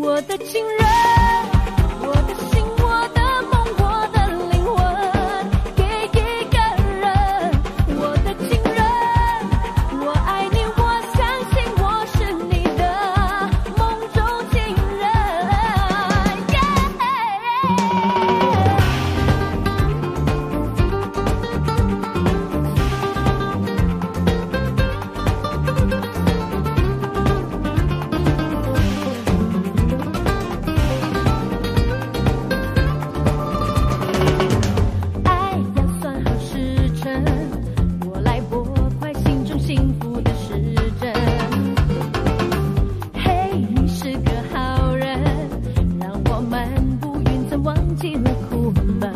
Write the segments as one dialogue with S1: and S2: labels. S1: 我的情人，我的心，我的梦，我的灵魂，给一个人。我的情人，我爱你，我相信我是你的梦中情人。Yeah 爱要算好时辰，我来拨快心中幸福的时针。嘿，你是个好人，让我们不晕船，忘记了苦闷。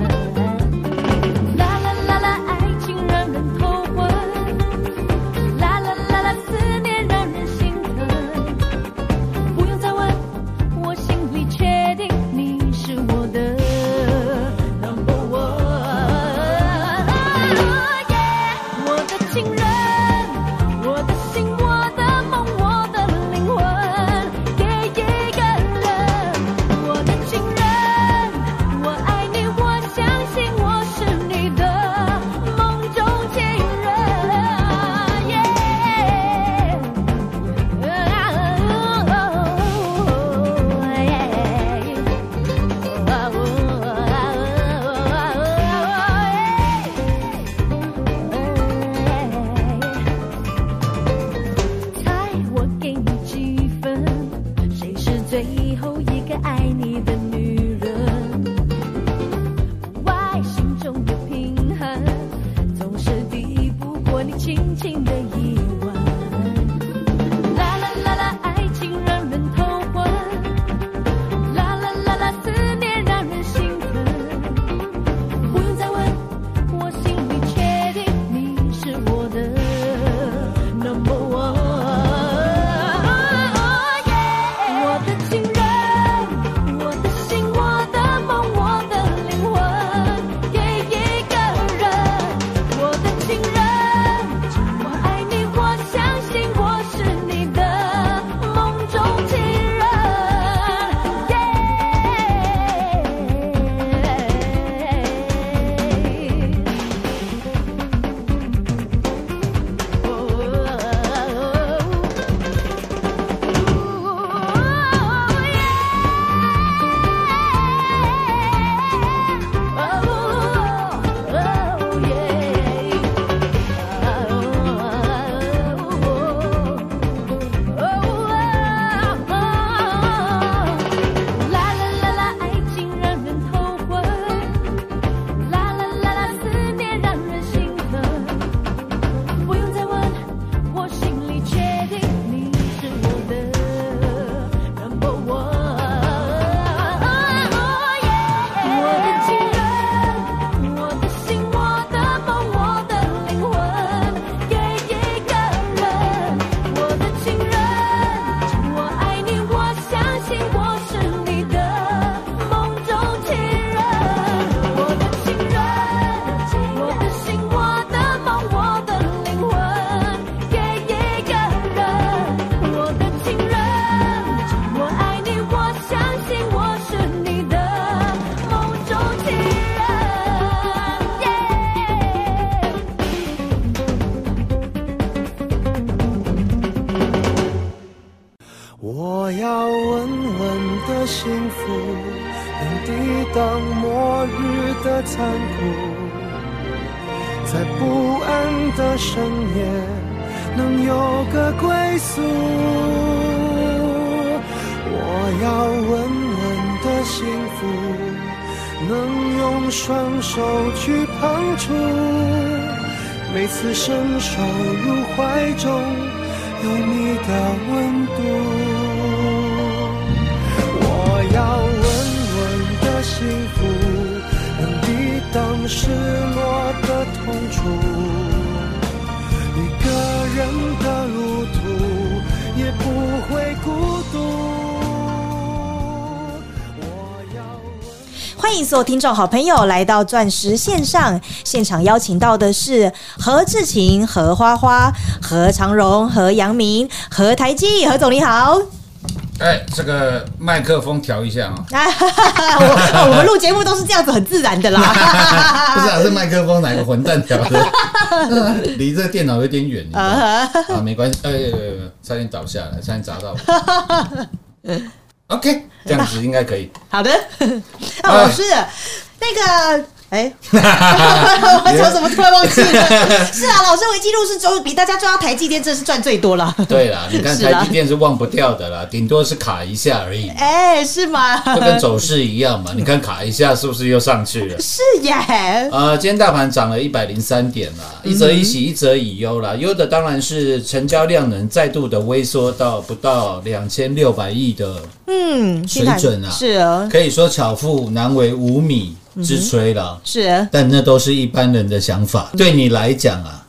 S1: 啦啦啦啦，爱情让人头昏，啦啦啦啦，思念让人心疼。不用再问，我心里确定你是我的 number one。我的情人，我的心，我的梦，我的灵魂，给一个人。我的情人，我爱你，我相信我是你的梦中情人。耶。Oh, yeah. Oh, yeah. 猜我给你几分？谁是最后一个爱你的女人？外心中的平衡，总是抵不过你轻轻的一吻。啦啦啦啦，爱情让人头昏。啦啦啦啦，思念让人兴奋。不用再问，我心里确定你是我的 number one。我的情人，我的心，我的梦，我的灵魂，给一个人。我的情人，我爱你，我相信我是你的梦中情人。耶。啦啦啦啦，爱情让人头昏；啦啦啦啦，思念让人兴奋。不用再问，我心里确定你是我的 number one。我的情人，我的心，我的梦，我的灵魂，给一个人。我的情人，我爱你，我相信我是你的梦中情人。我的情人，我的心，我的梦，我的灵魂，给一个人。我的情人，我爱你，我相信我是你的梦中情人。耶。
S2: 我要稳稳的幸福，能抵挡末日的残酷，在不安的深夜能有个归宿。我要稳稳的幸福，能用双手去碰触，每次伸手入怀中。有你的温度。我要稳稳的幸福，能抵挡失落的痛楚。一个人的路途也不会孤独。我要稳。
S3: 欢迎所有听众好朋友来到钻石线上现场，邀请到的是何志勤、何花花、何长荣、何阳明、何台基。何总你好，
S4: 哎，这个麦克风调一下啊、
S3: 啊、哈哈哈我哦我们录节目都是这样子，很自然的 啦。
S4: 不是啊，是麦克风哪个混蛋调的？ 离这电脑有点远，你知道吗啊，没关系，哎、哎哎哎差点倒下来，差点砸到我。OK，这样子应该可以。
S3: 好的，
S4: 啊
S3: 那老师，那个。哎，我怎么怎么突然忘记 了？是啊，老师，我记录是周比大家抓台积电，真的是赚最多了。
S4: 对啦，你看
S3: 是啦
S4: 台积电是忘不掉的啦，顶多是卡一下而已，
S3: 哎，是吗？
S4: 就跟走势一样 嘛。你看卡一下是不是又上去了？
S3: 是 耶，
S4: 呃，今天大盘涨了一百零三点啦，一则以喜，一则以忧啦。忧的当然是成交量能再度的萎缩到不到两千六百亿的，
S3: 嗯，
S4: 水准啊
S3: 是啊，
S4: 可以说巧妇难为无米之炊啦。
S3: 是啊，
S4: 但那都是一般人的想法，对你来讲啊，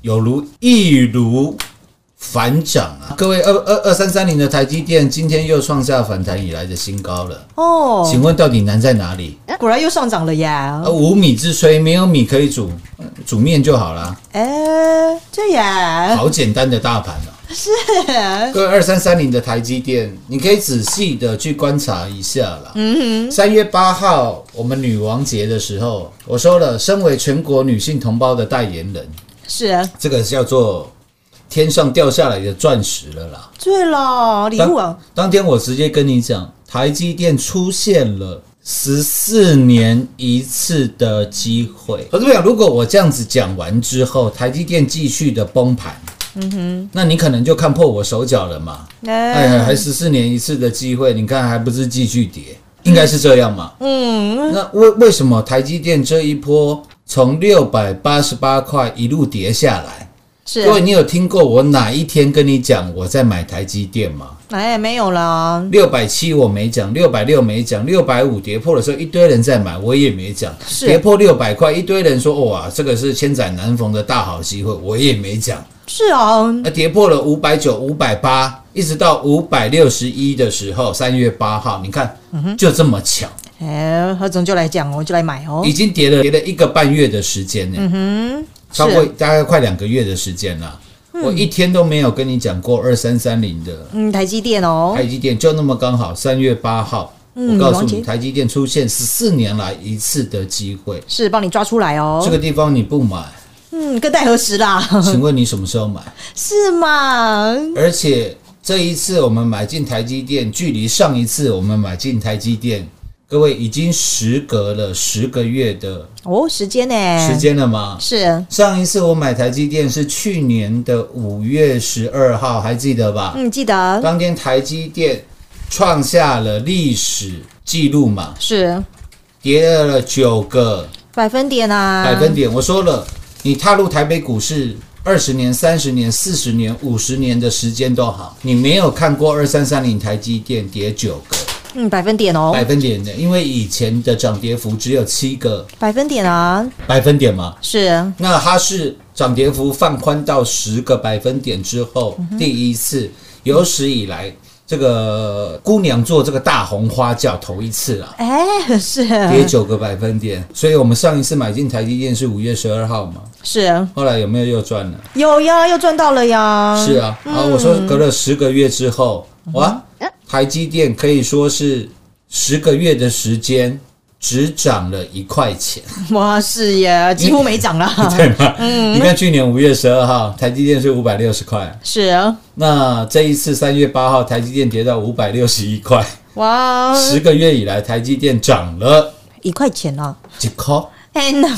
S4: 有如易如反掌啊。各位，二二二三三零的台积电今天又创下反弹以来的新高了，
S3: 哦，
S4: 请问到底难在哪里？
S3: 果然又上涨了呀
S4: 啊，！无米之炊，没有米可以煮，呃煮面就好啦。
S3: 哎，这也
S4: 好简单的大盘啊！
S3: 是
S4: 各位二三三零的台积电，你可以仔细的去观察一下啦。嗯三月八号我们女王节的时候，我说了，身为全国女性同胞的代言人，
S3: 是，
S4: 这个叫做天上掉下来的钻石了啦。
S3: 对了，礼物
S4: 当
S3: 啊，
S4: 当天我直接跟你讲，台积电出现了。十四年一次的机会，我这边讲，如果我这样子讲完之后，台积电继续的崩盘，嗯哼，那你可能就看破我手脚了嘛。哎呀，还
S3: 哎，
S4: 十四年一次的机会，你看还不是继续跌，应该是这样嘛？
S3: 嗯，
S4: 那为为什么台积电这一波从六百八十八块一路跌下来？
S3: 是
S4: 各，位，你有听过我哪一天跟你讲我在买台积电吗？
S3: 哎，没有啦，
S4: 六百七我没讲，六百六没讲，六百五跌破的时候一堆人在买，我也没讲。
S3: 是
S4: 跌破六百块，一堆人说哇，这个是千载难逢的大好机会，我也没讲。
S3: 是啊，
S4: 那跌破了五百九、五百八，一直到五百六十一的时候，三月八号，你看，
S3: 嗯
S4: 就这么巧，
S3: 哎，何总就来讲哦，我就来买哦
S4: 已，经跌了跌了一个半月的时间呢、
S3: 嗯，
S4: 超过
S3: 是
S4: 大概快两个月的时间啦。我一天都没有跟你讲过二三三零的
S3: 嗯，台积电哦
S4: 台，积电，就那么刚好三月八号，
S3: 嗯
S4: 我告诉
S3: 王杰
S4: 你，台积电出现十四年来一次的机会，
S3: 是帮你抓出来哦
S4: 这，个地方你不 买，
S3: 嗯，更待何时啦？
S4: 请问你什么时候买？
S3: 是吗？
S4: 而且这一次我们买进台积电，距离上一次我们买进台积电，各位已经时隔了十个月的
S3: 哦，时间呢？
S4: 时间了吗？
S3: 是，
S4: 上一次我买台积电是去年的五月十二号，还记得吧？
S3: 嗯，记得
S4: 当天台积电创下了历史记录嘛，
S3: 是
S4: 跌了九个
S3: 百分点啊，
S4: 百分点。我说了，你踏入台北股市二十年、三十年、四十年、五十年的时间都好，你没有看过二三三零台积电跌九个
S3: 嗯，百分点哦
S4: 百，分点的，因为以前的涨跌幅只有七个
S3: 百分点啊，
S4: 百分点嘛。
S3: 是，
S4: 那它是涨跌幅放宽到十个百分点之后，第一次有史以来。这个姑娘做这个大红花轿头一次了，
S3: 哎，是
S4: 跌九个百分点，所以我们上一次买进台积电是五月十二号嘛，
S3: 是，
S4: 后来有没有又赚了？
S3: 有呀，又赚到了呀，
S4: 是啊，啊，我说隔了十个月之后，哇，台积电可以说是十个月的时间只涨了一块钱，
S3: 哇，是耶，几乎没涨啦。
S4: 对吗？ 你看去年五月十二号，台积电是五百六十块，
S3: 是啊
S4: 那这一次三月八号，台积电跌到五百六十一块，
S3: 哇，
S4: 十个月以来，台积电涨了
S3: 一块钱啊，
S4: 几块？
S3: 天哪，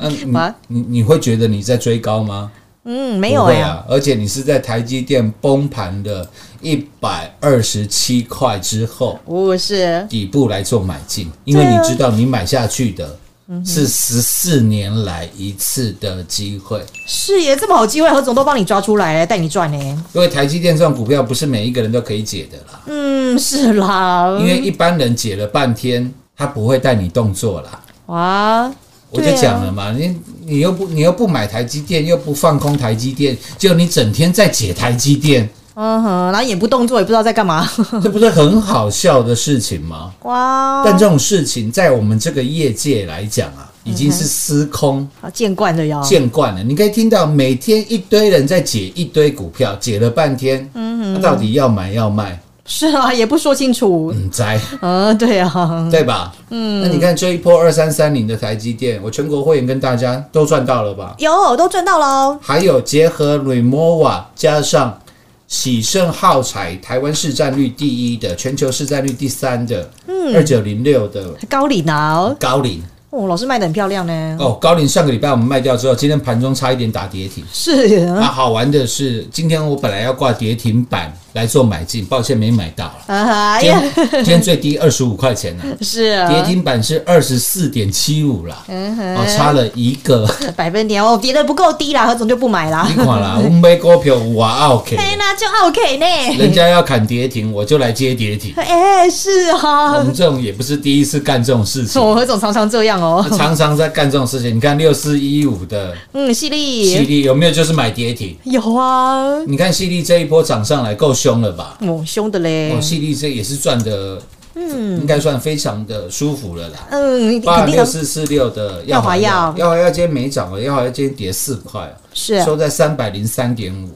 S4: 嗯
S3: 哇，
S4: 你你你会觉得你在追高吗？
S3: 嗯，没有
S4: 不会
S3: 哎、
S4: 啊，而且你是在台积电崩盘的一百二十七块之后
S3: 哦我是
S4: 底部来做买进，因为
S3: 对啊
S4: 你知道你买下去的是十四年来一次的机会。
S3: 是耶，这么好机会，何总都帮你抓出来了，带你赚呢。
S4: 因为台积电这种股票不是每一个人都可以解的啦，
S3: 嗯，是啦。
S4: 因为一般人解了半天，他不会带你动作啦。
S3: 哇，
S4: 我就
S3: 对啊
S4: 讲了嘛，你你又不你又不买台积电，又不放空台积电，就你整天在解台积电，
S3: 嗯哼，然后也不动作，也不知道在干嘛。
S4: 这不是很好笑的事情吗？
S3: 哇，
S4: 但这种事情在我们这个业界来讲啊，已经是司空
S3: 好见惯了哟。
S4: 见惯了。你可以听到每天一堆人在解一堆股票，解了半天，那到底要买要卖，
S3: 是啊，也不说清楚。
S4: 嗯，栽。
S3: 嗯，对啊，
S4: 对吧？嗯，那你看这一波二三三零的台积电，我全国会员跟大家都赚到了吧？
S3: 有都赚到喽。
S4: 还有结合 Remova 加上喜盛浩彩，台湾市占率第一的，全球市占率第三的，嗯，二九零六的
S3: 高领啊，
S4: 高瓴
S3: 哦，老师卖的很漂亮呢。
S4: 哦，高瓴上个礼拜我们卖掉之后，今天盘中差一点打跌停。
S3: 是
S4: 那
S3: 啊
S4: 好玩的是，今天我本来要挂跌停板来做买进，抱歉没买到了。
S3: 哎
S4: 今
S3: 呀，
S4: 天今天最低二十五块钱了、
S3: 是啊
S4: 跌停板是二十四点七五啦，
S3: 嗯
S4: 哦，差了一 个。
S3: 百分点哦，跌的不够低啦，何总就不买啦
S4: 你。看啦，我买股票我 OK，
S3: 哎，那就 OK
S4: 人
S3: 呢。
S4: 家要砍跌停，我就来嗯接 跌停。
S3: 哎，是
S4: 我
S3: 啊，哦
S4: 们这种也不是第一次干这种事情，
S3: 我何总常常这样哦。
S4: 常常在干这种事情。你看六四一五的
S3: 嗯，犀利
S4: 犀利有没有就是买跌停？
S3: 有啊，
S4: 你看犀利这一波涨上来够凶了吧？
S3: 哦，凶的嘞
S4: 哦，。犀利这也是赚的，嗯，应该算非常的舒服了啦。
S3: 嗯，
S4: 八
S3: 肯定
S4: 六
S3: 的，
S4: 四四六的
S3: 耀华
S4: 耀
S3: 药
S4: 耀华药今天没涨哦了，耀华药今天跌四块哦，
S3: 是啊嗯
S4: 收在三百零三点五。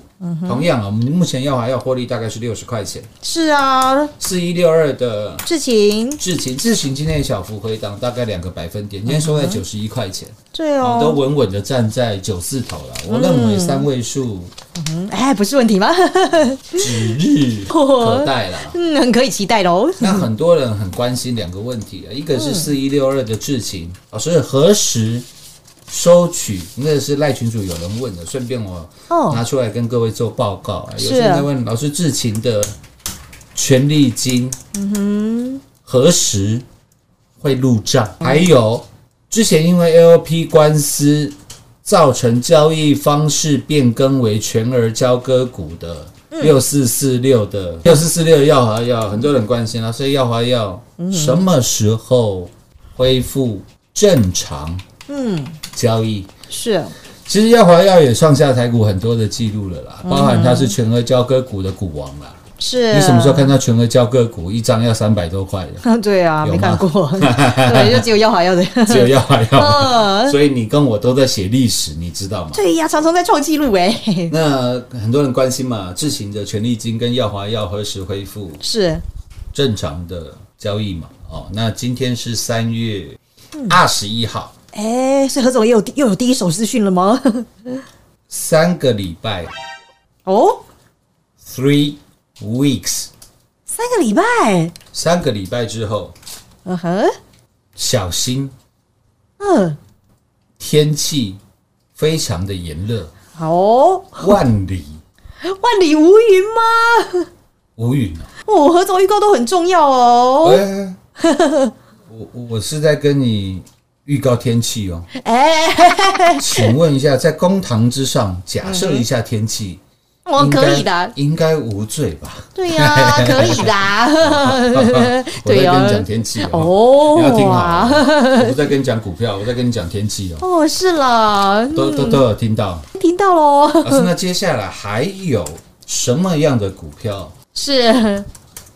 S4: 同样啊，我们目前耀华药获利大概是六十块钱。
S3: 是啊，
S4: 四一六二的
S3: 志勤，
S4: 智勤，智勤今天也小幅回档，大概两个百分点，今天收在九十一块钱，
S3: 嗯对
S4: 我都
S3: 哦，
S4: 稳稳的站在九字头了。我认为三位数
S3: 嗯哎，不是问题吗？
S4: 指日可待了。
S3: 嗯，很可以期待喽。
S4: 那很多人很关心两个问题啊，一个是四一六二的哦智勤，老师何时收取？那是赖群主有人问的，顺便我
S3: 哦
S4: 拿出来跟各位做报告啊。有
S3: 是
S4: 些人在问老师智勤的权利金，嗯哼，何时会入账？
S3: 嗯
S4: 还有之前因为 LP 官司造成交易方式变更为全额交割股的
S3: 嗯
S4: 六四四六的六四四六的耀华药，很多人关心啊，所以耀华药什么时候恢复正常
S3: 嗯，
S4: 交易？
S3: 是
S4: 其实耀华药也创下台股很多的记录了啦，包含它是全额交割股的股王啦。
S3: 是。啊
S4: 你什么时候看到全额交割股一张要三百多块的？
S3: 看？ 对啊，
S4: 有
S3: 没
S4: 吗
S3: 看 过，对，就只有要还要的。
S4: 只有耀华药，
S3: 嗯，
S4: 所以你跟我都在写历史，你知道吗？
S3: 对呀，常常在创纪录哎，
S4: 那很多人关心嘛，智行的权利金跟耀华药何时恢复
S3: 是
S4: 正常的交易嘛？哦，那今天是三月二十一号，
S3: 哎，所以何总也有又有第一手资讯了吗？
S4: 三个礼拜
S3: 哦，
S4: （three weeks），
S3: 三个礼拜，
S4: 三个礼拜之后，
S3: 嗯哼，
S4: 小心
S3: 嗯，
S4: 天气非常的炎 热，
S3: 好哦，
S4: 万里
S3: 万里无云吗？
S4: 无云啊！
S3: 哦，何总预告都很重要哦。
S4: 哎我我是在跟你预告天气 哦。
S3: 哎，
S4: 请问一下，在公堂之上，假设一下天气。
S3: 我
S4: 应该
S3: 嗯哦可以的，
S4: 应该无罪吧？，
S3: 对呀、可以的
S4: 我在
S3: 对
S4: 跟
S3: 呀、
S4: 你讲天气
S3: 哦
S4: 你要听好哦。我不在跟你讲股票，我在跟你讲天气哦，
S3: 哦，是啦，
S4: 都都都有听到。
S3: 听到喽，
S4: 老师，那接下来还有什么样的股票
S3: 是，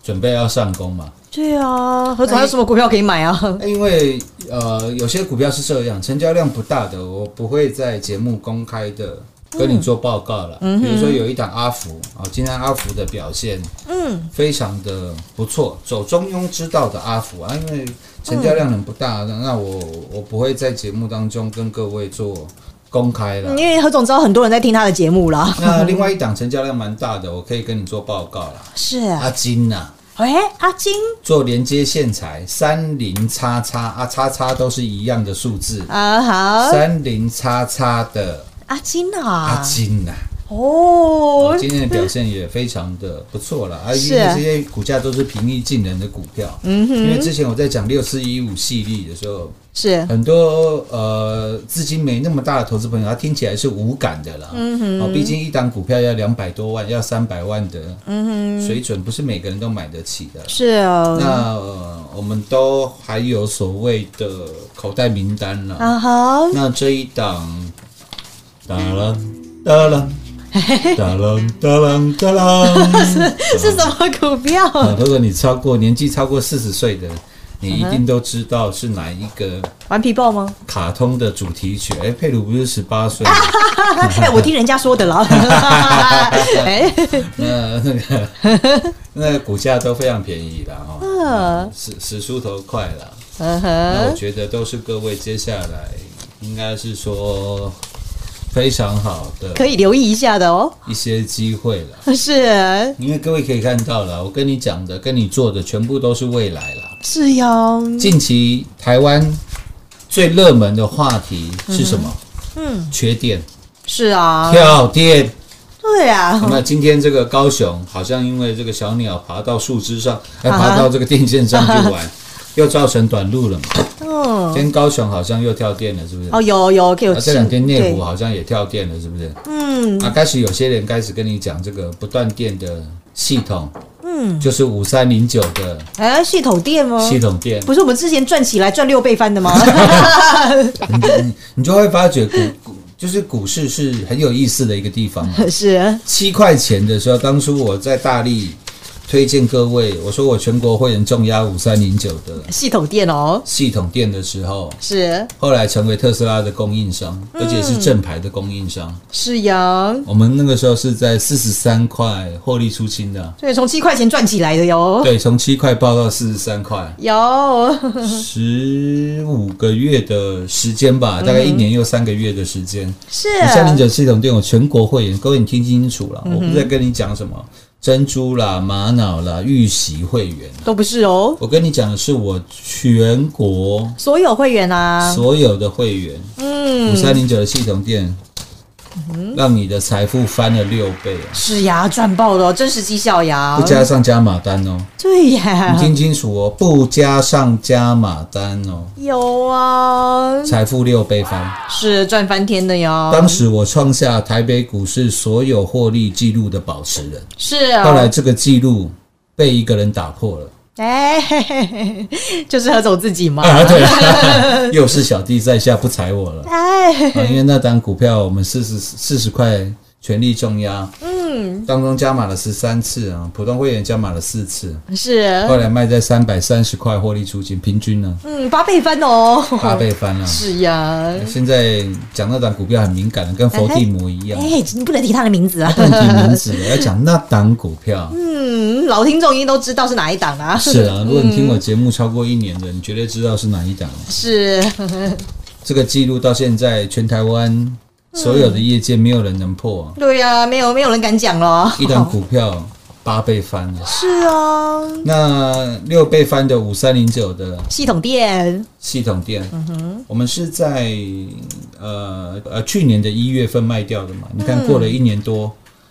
S4: 准备要上攻吗？
S3: 对啊，何总还有什么股票可以买啊？
S4: 因为呃，有些股票是这样，成交量不大的，我不会在节目公开的跟你做报告了。比如说有一档阿福啊、今天阿福的表现，嗯，非常的不错，走中庸之道的阿福啊，因为成交量很不大，那那我我不会在节目当中跟各位做公开了。
S3: 因为何总知道很多人在听他的节目啦，
S4: 那另外一档成交量蛮大的，我可以跟你做报告了。
S3: 是，
S4: 阿金呐、
S3: 哎、阿金
S4: 做连接线材三零叉叉啊，叉叉都是一样的数字
S3: 啊，好，
S4: 三零叉叉的
S3: 阿金啊，
S4: 阿金呐、
S3: 哦，
S4: 今天的表现也非常的不错了，啊，因
S3: 是
S4: 为这些股价都是平易近人的股票。嗯哼，因为之前我在讲六四一五系列的时候，
S3: 是
S4: 很多呃资金没那么大的投资朋友，他听起来是无感的啦。嗯哼，哦，毕竟一档股票要两百多万，要三百万的，嗯哼，水准不是每个人都买得起的。
S3: 是哦，
S4: 那、呃、我们都还有所谓的口袋名单啦。
S3: 啊哈，
S4: 那这一档，哒啦哒啦，哒啦哒啦哒啦，
S3: 是什么股票？
S4: 啊如果你超过年纪超过四十岁的，你一定都知道是哪一个
S3: 顽皮豹吗？
S4: 卡通的主题曲。哎，佩鲁不是十八岁，嗯
S3: 哎，我听人家说的 啦。哎，
S4: 那那个那个股价都非常便宜啦，哦，十十出头块啦。
S3: 嗯
S4: 那我
S3: 哼，
S4: 觉得都是各位接下来应该是说非常好
S3: 可
S4: 的
S3: 以留意一下的哦。
S4: 一些机会了。
S3: 是
S4: 因为各位可以看到了，我跟你讲的、跟你做的，全部都是未来啦。
S3: 是哟，
S4: 近期台湾最热门的话题是什么？
S3: 嗯，
S4: 缺电、
S3: 是啊，
S4: 跳电。
S3: 对啊，
S4: 那么今天这个高雄好像因为这个小鸟爬到树枝上，还
S3: 啊哈啊
S4: 爬到这个电线上去玩，又造成短路了嘛。今
S3: 嗯，
S4: 天高雄好像又跳电了，是不是？
S3: 哦，有有有
S4: 啊，这两天内湖
S3: 对
S4: 好像也跳电了，是不是？
S3: 嗯，
S4: 啊，开始有些人开始跟你讲这个不断电的系统，嗯，就是五三零九的
S3: 哎，系统店吗？
S4: 系统电，
S3: 不是我们之前赚起来赚六倍翻的吗？
S4: 你你就会发觉股股就是股市是很有意思的一个地方。
S3: 是，
S4: 七块钱的时候，当初我在大力推荐各位，我说我全国会员重压五三零九的
S3: 系统店哦，
S4: 系统店的时候，
S3: 是
S4: 后来成为特斯拉的供应商，而且是正牌的供应商。
S3: 是呀，
S4: 我们那个时候是在四十三块获利出清的，
S3: 对，从七块钱赚起来的哟，
S4: 对，从七块报到四十三块。
S3: 有，
S4: 十五个月的时间吧，大概一年又三个月的时间。
S3: 是嗯
S4: 五三零九系统店有全国会员，各位你听清楚了，我不是在跟你讲什么珍珠啦、玛瑙啦、预习会员，
S3: 都不是哦，
S4: 我跟你讲的是我全国
S3: 所有会员啊，
S4: 所有的会员，五
S3: 嗯，
S4: 三零九的系统店，让你的财富翻了六倍啊！
S3: 是呀，赚爆了哦，真实绩效呀
S4: 不，加上加码单哦，
S3: 对呀
S4: 你，听清楚哦，不加上加码单哦，
S3: 有啊，
S4: 财富六倍翻。
S3: 是赚翻天的哟，
S4: 当时我创下台北股市所有获利记录的保持人，
S3: 是
S4: 后来
S3: 啊，
S4: 这个记录被一个人打破了
S3: 哎，嘿嘿嘿嘿就是何总自己嘛，
S4: 啊！对，又是小弟在下不踩我了
S3: 哎，
S4: 啊！因为那单股票我们四十四十块全力重压，嗯，当中加码了十三次啊，普通会员加码了四次，
S3: 是，
S4: 后来卖在三百三十块获利出金，平均呢
S3: 嗯，八倍翻哦，
S4: 八倍翻了。
S3: 是呀，
S4: 现在讲那档股票很敏感的，跟佛地魔一样，
S3: 哎，你不能提他的名字啊。
S4: 不能提名 字的，要讲那档股票。
S3: 嗯，老听众应该都知道是哪一档啊。
S4: 是啊，如果你听我节目超过一年的，你绝对知道是哪一档了。
S3: 是，
S4: 这个记录到现在，全台湾所有的业界没有人能破啊、
S3: 对呀、没有没有人敢讲了。
S4: 一档股票八倍翻了。
S3: 是啊，
S4: 那六倍翻的五三零九的
S3: 系统店
S4: 系统店，
S3: 嗯
S4: 我们是在呃呃去年的一月份卖掉的嘛？你看过了一年多，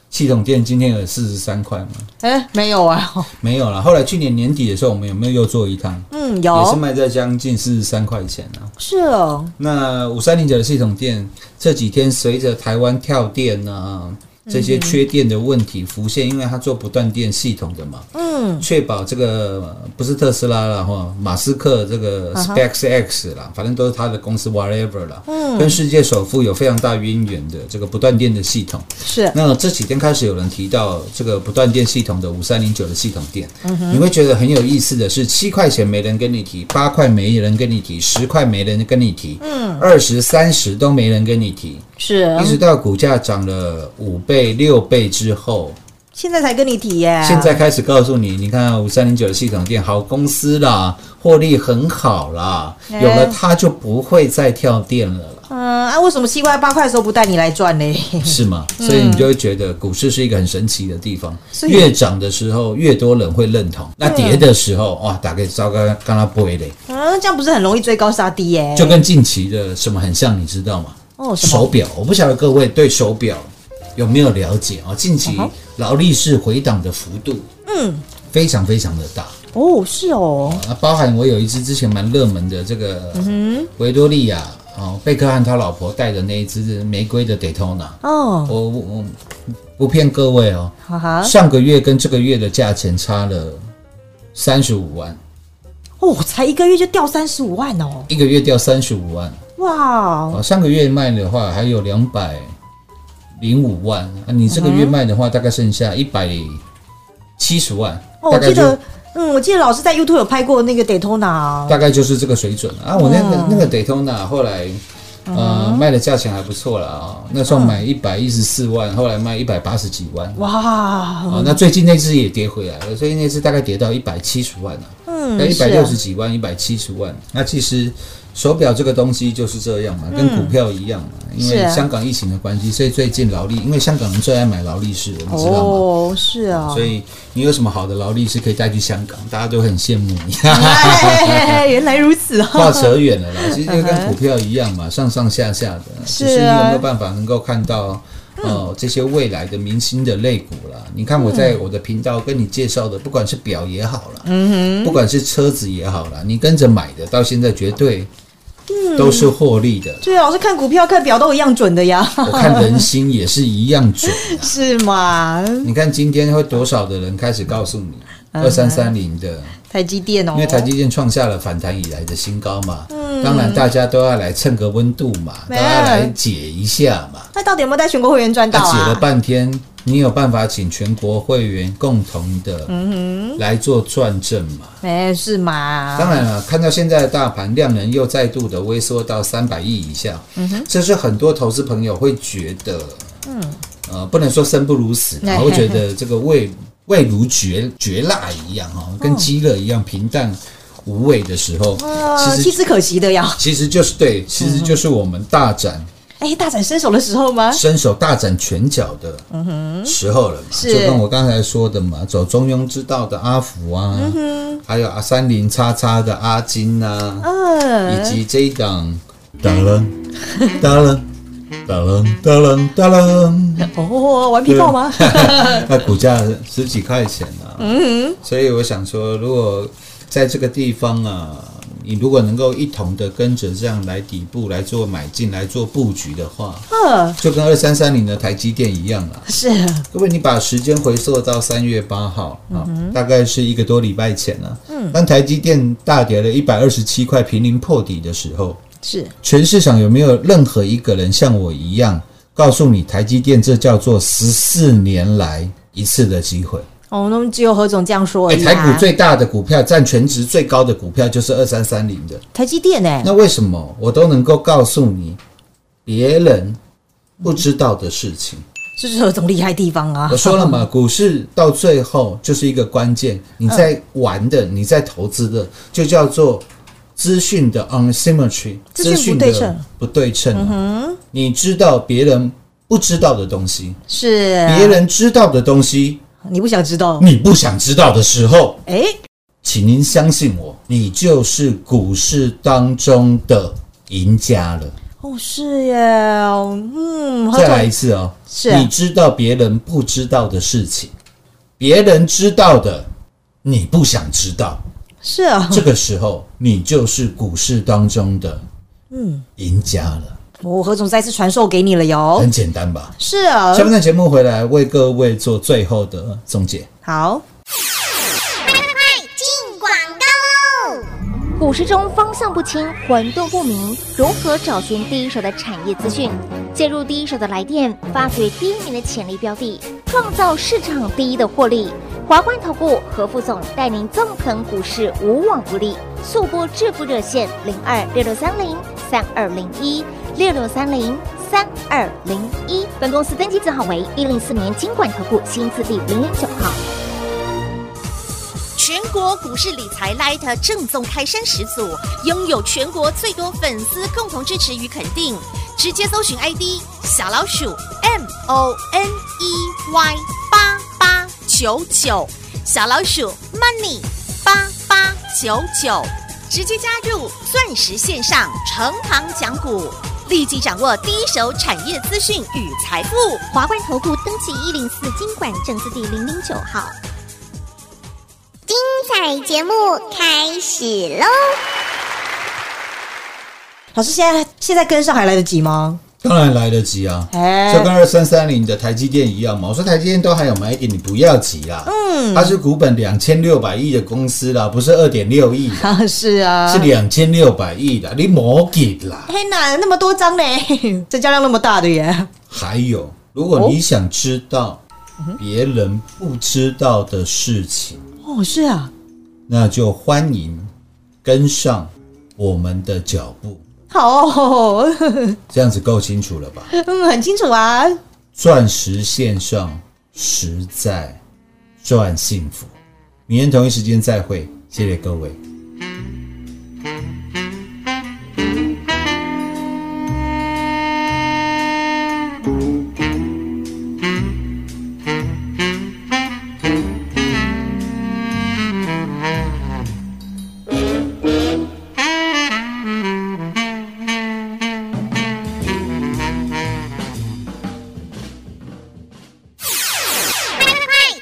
S4: 系统店今天有四十三块嘛？
S3: 哎、没有啊。
S4: 没有了。后来去年年底的时候，我们有没有又做一趟？
S3: 嗯，
S4: 也是
S3: 有
S4: 卖在将近四十三块钱啊。
S3: 是哦，
S4: 那五三零九的系统店这几天随着台湾跳电啊这些缺电的问题浮现，因为它做不断电系统的嘛，
S3: 嗯，
S4: 确保这个呃不是特斯拉啦哈，马斯克这个 SpaceX 啦，反正都是他的公司 whatever 啦，跟世界首富有非常大渊源的这个不断电的系统。
S3: 是
S4: 那这几天开始有人提到这个不断电系统的五三零九的系统电，你会觉得很有意思的是，七块钱没人跟你提，八块没人跟你提，十块没人跟你提，嗯，二十三十都没人跟你提，
S3: 是
S4: 一，直到股价涨了五倍六倍之后，
S3: 现在才跟你提耶。
S4: 现在开始告诉你，你看五三零九的系统店好公司啦，获利很好啦，
S3: 哎
S4: 有了它就不会再跳电了啦。
S3: 嗯啊，为什么七块八块的时候不带你来赚嘞？
S4: 是吗？所以你就会觉得股市是一个很神奇的地方，
S3: 嗯所以啊
S4: 越涨的时候越多人会认同，那跌的时候哇，大概糟糕，刚刚不会嘞，
S3: 嗯，这样不是很容易追高杀低耶？
S4: 就跟近期的什么很像，你知道吗？
S3: 哎哦什么
S4: 手表，我不晓得各位对手表有没有了解啊？近期劳力士回档的幅度，
S3: 嗯，
S4: 非常非常的大。
S3: 哦，是哦，
S4: 那包含我有一只之前蛮热门的这个
S3: 嗯
S4: 维多利亚哦，贝克汉他老婆戴的那一只玫瑰的 Daytona，
S3: 哦，
S4: 我我我不骗各位哦，
S3: 哈哈，
S4: 上个月跟这个月的价钱差了三十五万，
S3: 哦，才一个月就掉三十五万哦，
S4: 一个月掉三十五万
S3: 哇，
S4: 哦，上个月卖的话还有两百零五万啊，你这个月卖的话大概剩下一百七十万，
S3: 哦，
S4: 大
S3: 我
S4: 概
S3: 记
S4: 就
S3: 得，嗯，我记得老师在 YouTube 有拍过那个 Daytona，
S4: 大概就是这个水准啊。我那个
S3: 嗯
S4: 那个 Daytona 后来。呃，卖的价钱还不错了啊、那时候
S3: 嗯
S4: 买一百一十四万，后来卖一百八十几万，
S3: 哇，
S4: 哦，那最近那只也跌回来了，最近那只大概跌到一百七十万了、
S3: 嗯
S4: 一
S3: 是
S4: 百六
S3: 啊
S4: 十几万，一百七十万。那其实手表这个东西就是这样嘛，跟股票一样嘛，因为
S3: 嗯是啊
S4: 香港疫情的关系，所以最近劳力，因为香港人最爱买劳力士了，你知道吗？
S3: 哦，是啊，
S4: 所以你有什么好的劳力士可以带去香港，大家都很羡慕你。
S3: 哎 原来如此啊，
S4: 话扯远了啦，其实就跟股票一样嘛，上上下下的，
S3: 嗯是
S4: 只是你有
S3: 啊嗯
S4: 没有办法能够看到。呃，这些未来的明星的类股啦，你看我在我的频道跟你介绍的，不管是表也好啦，嗯不管是车子也好啦，你跟着买的，到现在绝对
S3: 嗯
S4: 都是获 利的。
S3: 对啊，老师看股票、看表都一样准的呀，
S4: 我看人心也是一样 准。
S3: 是吗？
S4: 你看今天会多少的人开始告诉你
S3: 嗯
S4: 二三三零的，
S3: 台积电哦，
S4: 因为台积电创下了反弹以来的新高嘛，当然大家都要来蹭个温度嘛，
S3: 嗯没
S4: 大
S3: 有
S4: 家来解一下嘛。
S3: 那到底有没有带全国会员赚
S4: 那
S3: 到
S4: 解了
S3: 啊？
S4: 半天，你有办法请全国会员共同
S3: 嗯
S4: 的来做转正嘛？
S3: 哎，是吗？
S4: 啊当然了，看到现在的大盘量能又再度的微缩到三百亿以下，这是很多投资朋友会觉得，嗯，呃，不能说生不如 死，
S3: 哎
S4: 然后觉得这个味味如绝绝辣一样哈，跟鸡肋一样平淡无味的时候，
S3: 呃，
S4: 哦其
S3: 弃
S4: 实
S3: 之可惜的呀。
S4: 其实就是对，其实就是我们大展
S3: 哎，大展身手的时候吗？
S4: 伸手大展拳脚的时候了嘛，
S3: 是
S4: 就跟我刚才说的嘛，走中庸之道的阿福啊，还有啊三零叉叉的阿金啊，
S3: 嗯，
S4: 以及这一档哒楞哒楞哒楞哒楞哒 楞，
S3: 哦，玩皮炮吗？
S4: 那股价十几块钱啊，所以我想说，如果在这个地方啊。你如果能够一同的跟着这样来底部来做买进来做布局的话，
S3: 嗯，
S4: 就跟二三三零的台积电一样啦。啊
S3: 是
S4: 各位，你把时间回溯到三月八号啊、大概是一个多礼拜前了、嗯，当台积电大跌了一百二十七块，濒临破底的时候，
S3: 是，
S4: 全市场有没有任何一个人像我一样，告诉你台积电这叫做十四年来一次的机会？
S3: 哦，那么只有何总这样说而
S4: 哎、
S3: 已啊。
S4: 台股最大的股票，占全值最高的股票就是二三三零的。
S3: 台积电哎，
S4: 那为什么我都能够告诉你别人不知道的事情？
S3: 这是何总厉害地方啊
S4: 我。说了嘛，股市到最后就是一个关键，你在玩的，
S3: 嗯
S4: 你在投资的，就叫做资讯的 unsymmetry，
S3: 资讯不对称，嗯
S4: 不对称啊、你知道别人不知道的东西，
S3: 是
S4: 别人知道的东西，
S3: 你不想知道？
S4: 你不想知道的时候，
S3: 哎，
S4: 请您相信我，你就是股市当中的赢家了。
S3: 哦是耶，嗯，何
S4: 再来
S3: 总
S4: 一次哦，
S3: 是
S4: 你知道别人不知道的事情，别人知道的，你不想知道，
S3: 是啊，
S4: 这个时候你就是股市当中的嗯赢家了，
S3: 我哦何总再次传授给你了哟。
S4: 很简单吧？
S3: 是啊
S4: 下，半段节目回来为各位做最后的总结。
S3: 好，
S5: 进广告喽！
S6: 股市中方向不清、混沌不明，如何找寻第一手的产业资讯？介入第一手的来电，发掘第一名的潜力标的，创造市场第一的获利。华冠投顾何副总带领纵横股市，无往不利。速播致富热线零二六六三零三二零一六六三零三二零一。本公司登记字号为一零四年经管投顾新字第零零九号。
S5: 全国股市理财 Light 正宗开山始祖，拥有全国最多粉丝共同支持与肯定。直接搜寻 ID 小老鼠 M O N E Y 八八九九，小老鼠 Money 八八九九，直接加入钻石线上成行讲股。立即掌握第一手产业资讯与财富。
S6: 华冠投顾登记一零四经管证字第零零九号。精彩节目开始喽！
S3: 老师，现在现在跟上还来得及吗？
S4: 当然来得及啊，
S3: 哎
S4: 就跟二三三零的台积电一样嘛。我说台积电都还有买一点，你不要急啦。嗯，它是股本两千六百亿的公司啦，不是二点六亿啦，
S3: 啊，是啊
S4: 是两千六百亿的，你莫给啦。
S3: 天哪，那么多张呢， 成交量那么大的耶！
S4: 还有，如果你想知道别人不知道的事情，
S3: 哦，是啊，
S4: 那就欢迎跟上我们的脚步。
S3: 好哦，
S4: 这样子够清楚了吧？
S3: 嗯，很清楚啊。
S4: 钻石线上实在赚幸福。明天同一时间再会，谢谢各位。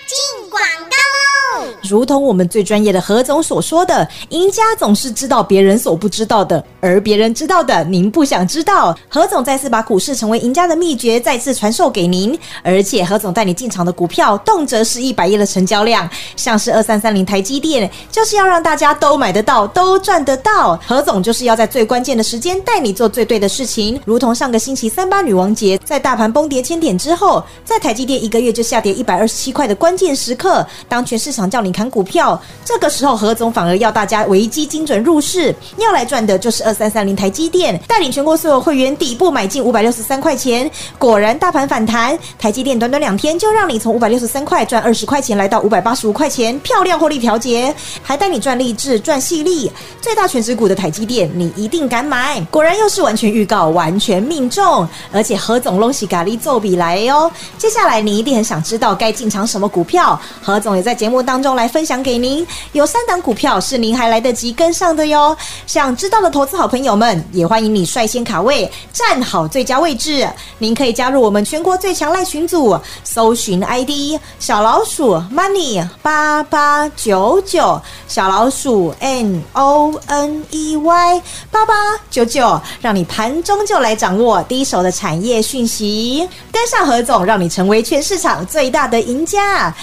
S6: 进广告喽！
S3: 如同我们最专业的何总所说的，赢家总是知道别人所不知道的，而别人知道的，您不想知道。何总再次把股市成为赢家的秘诀再次传授给您，而且何总带你进场的股票，动辄是一百亿的成交量，像是二三三零台积电，就是要让大家都买得到，都赚得到。何总就是要在最关键的时间带你做最对的事情，如同上个星期三八女王节，在大盘崩跌千点之后，在台积电一个月就下跌一百二十七块的关键时刻，当全市场叫你砍股票，这个时候何总反而要大家危机精准入市，要来赚的就是二三三零台积电，带领全国所有会员底部买进五百六十三块钱。果然大盘反弹，台积电短短两天就让你从五百六十三块赚二十块钱，来到五百八十五块钱，漂亮获利调节，还带你赚励志、赚细粒，最大全值股的台积电，你一定敢买。果然又是完全预告，完全命中，而且何总拢喜咖喱奏比来哦。接下来你一定很想知道该进场什么股票，何总也在节目当中来分享给您，有三档股票是您还来得及跟上的哟。想知道的投资好朋友们，也欢迎你率先卡位，站好最佳位置。您可以加入我们全国最强赖群组，搜寻 ID 小老鼠 money 八八九九，小老鼠 n o n e y 八八九九，让你盘中就来掌握第一手的产业讯息，跟上何总，让你成为全市场最大的赢家。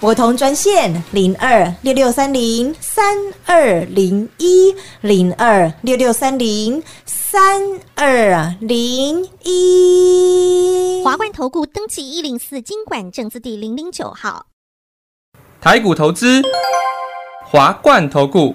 S3: 拨通专线零二六六三零三二零一零二六六三零三二零一。
S6: 华冠投顾登记一零四经管证字第零零九号。
S7: 台股投资，华冠投顾，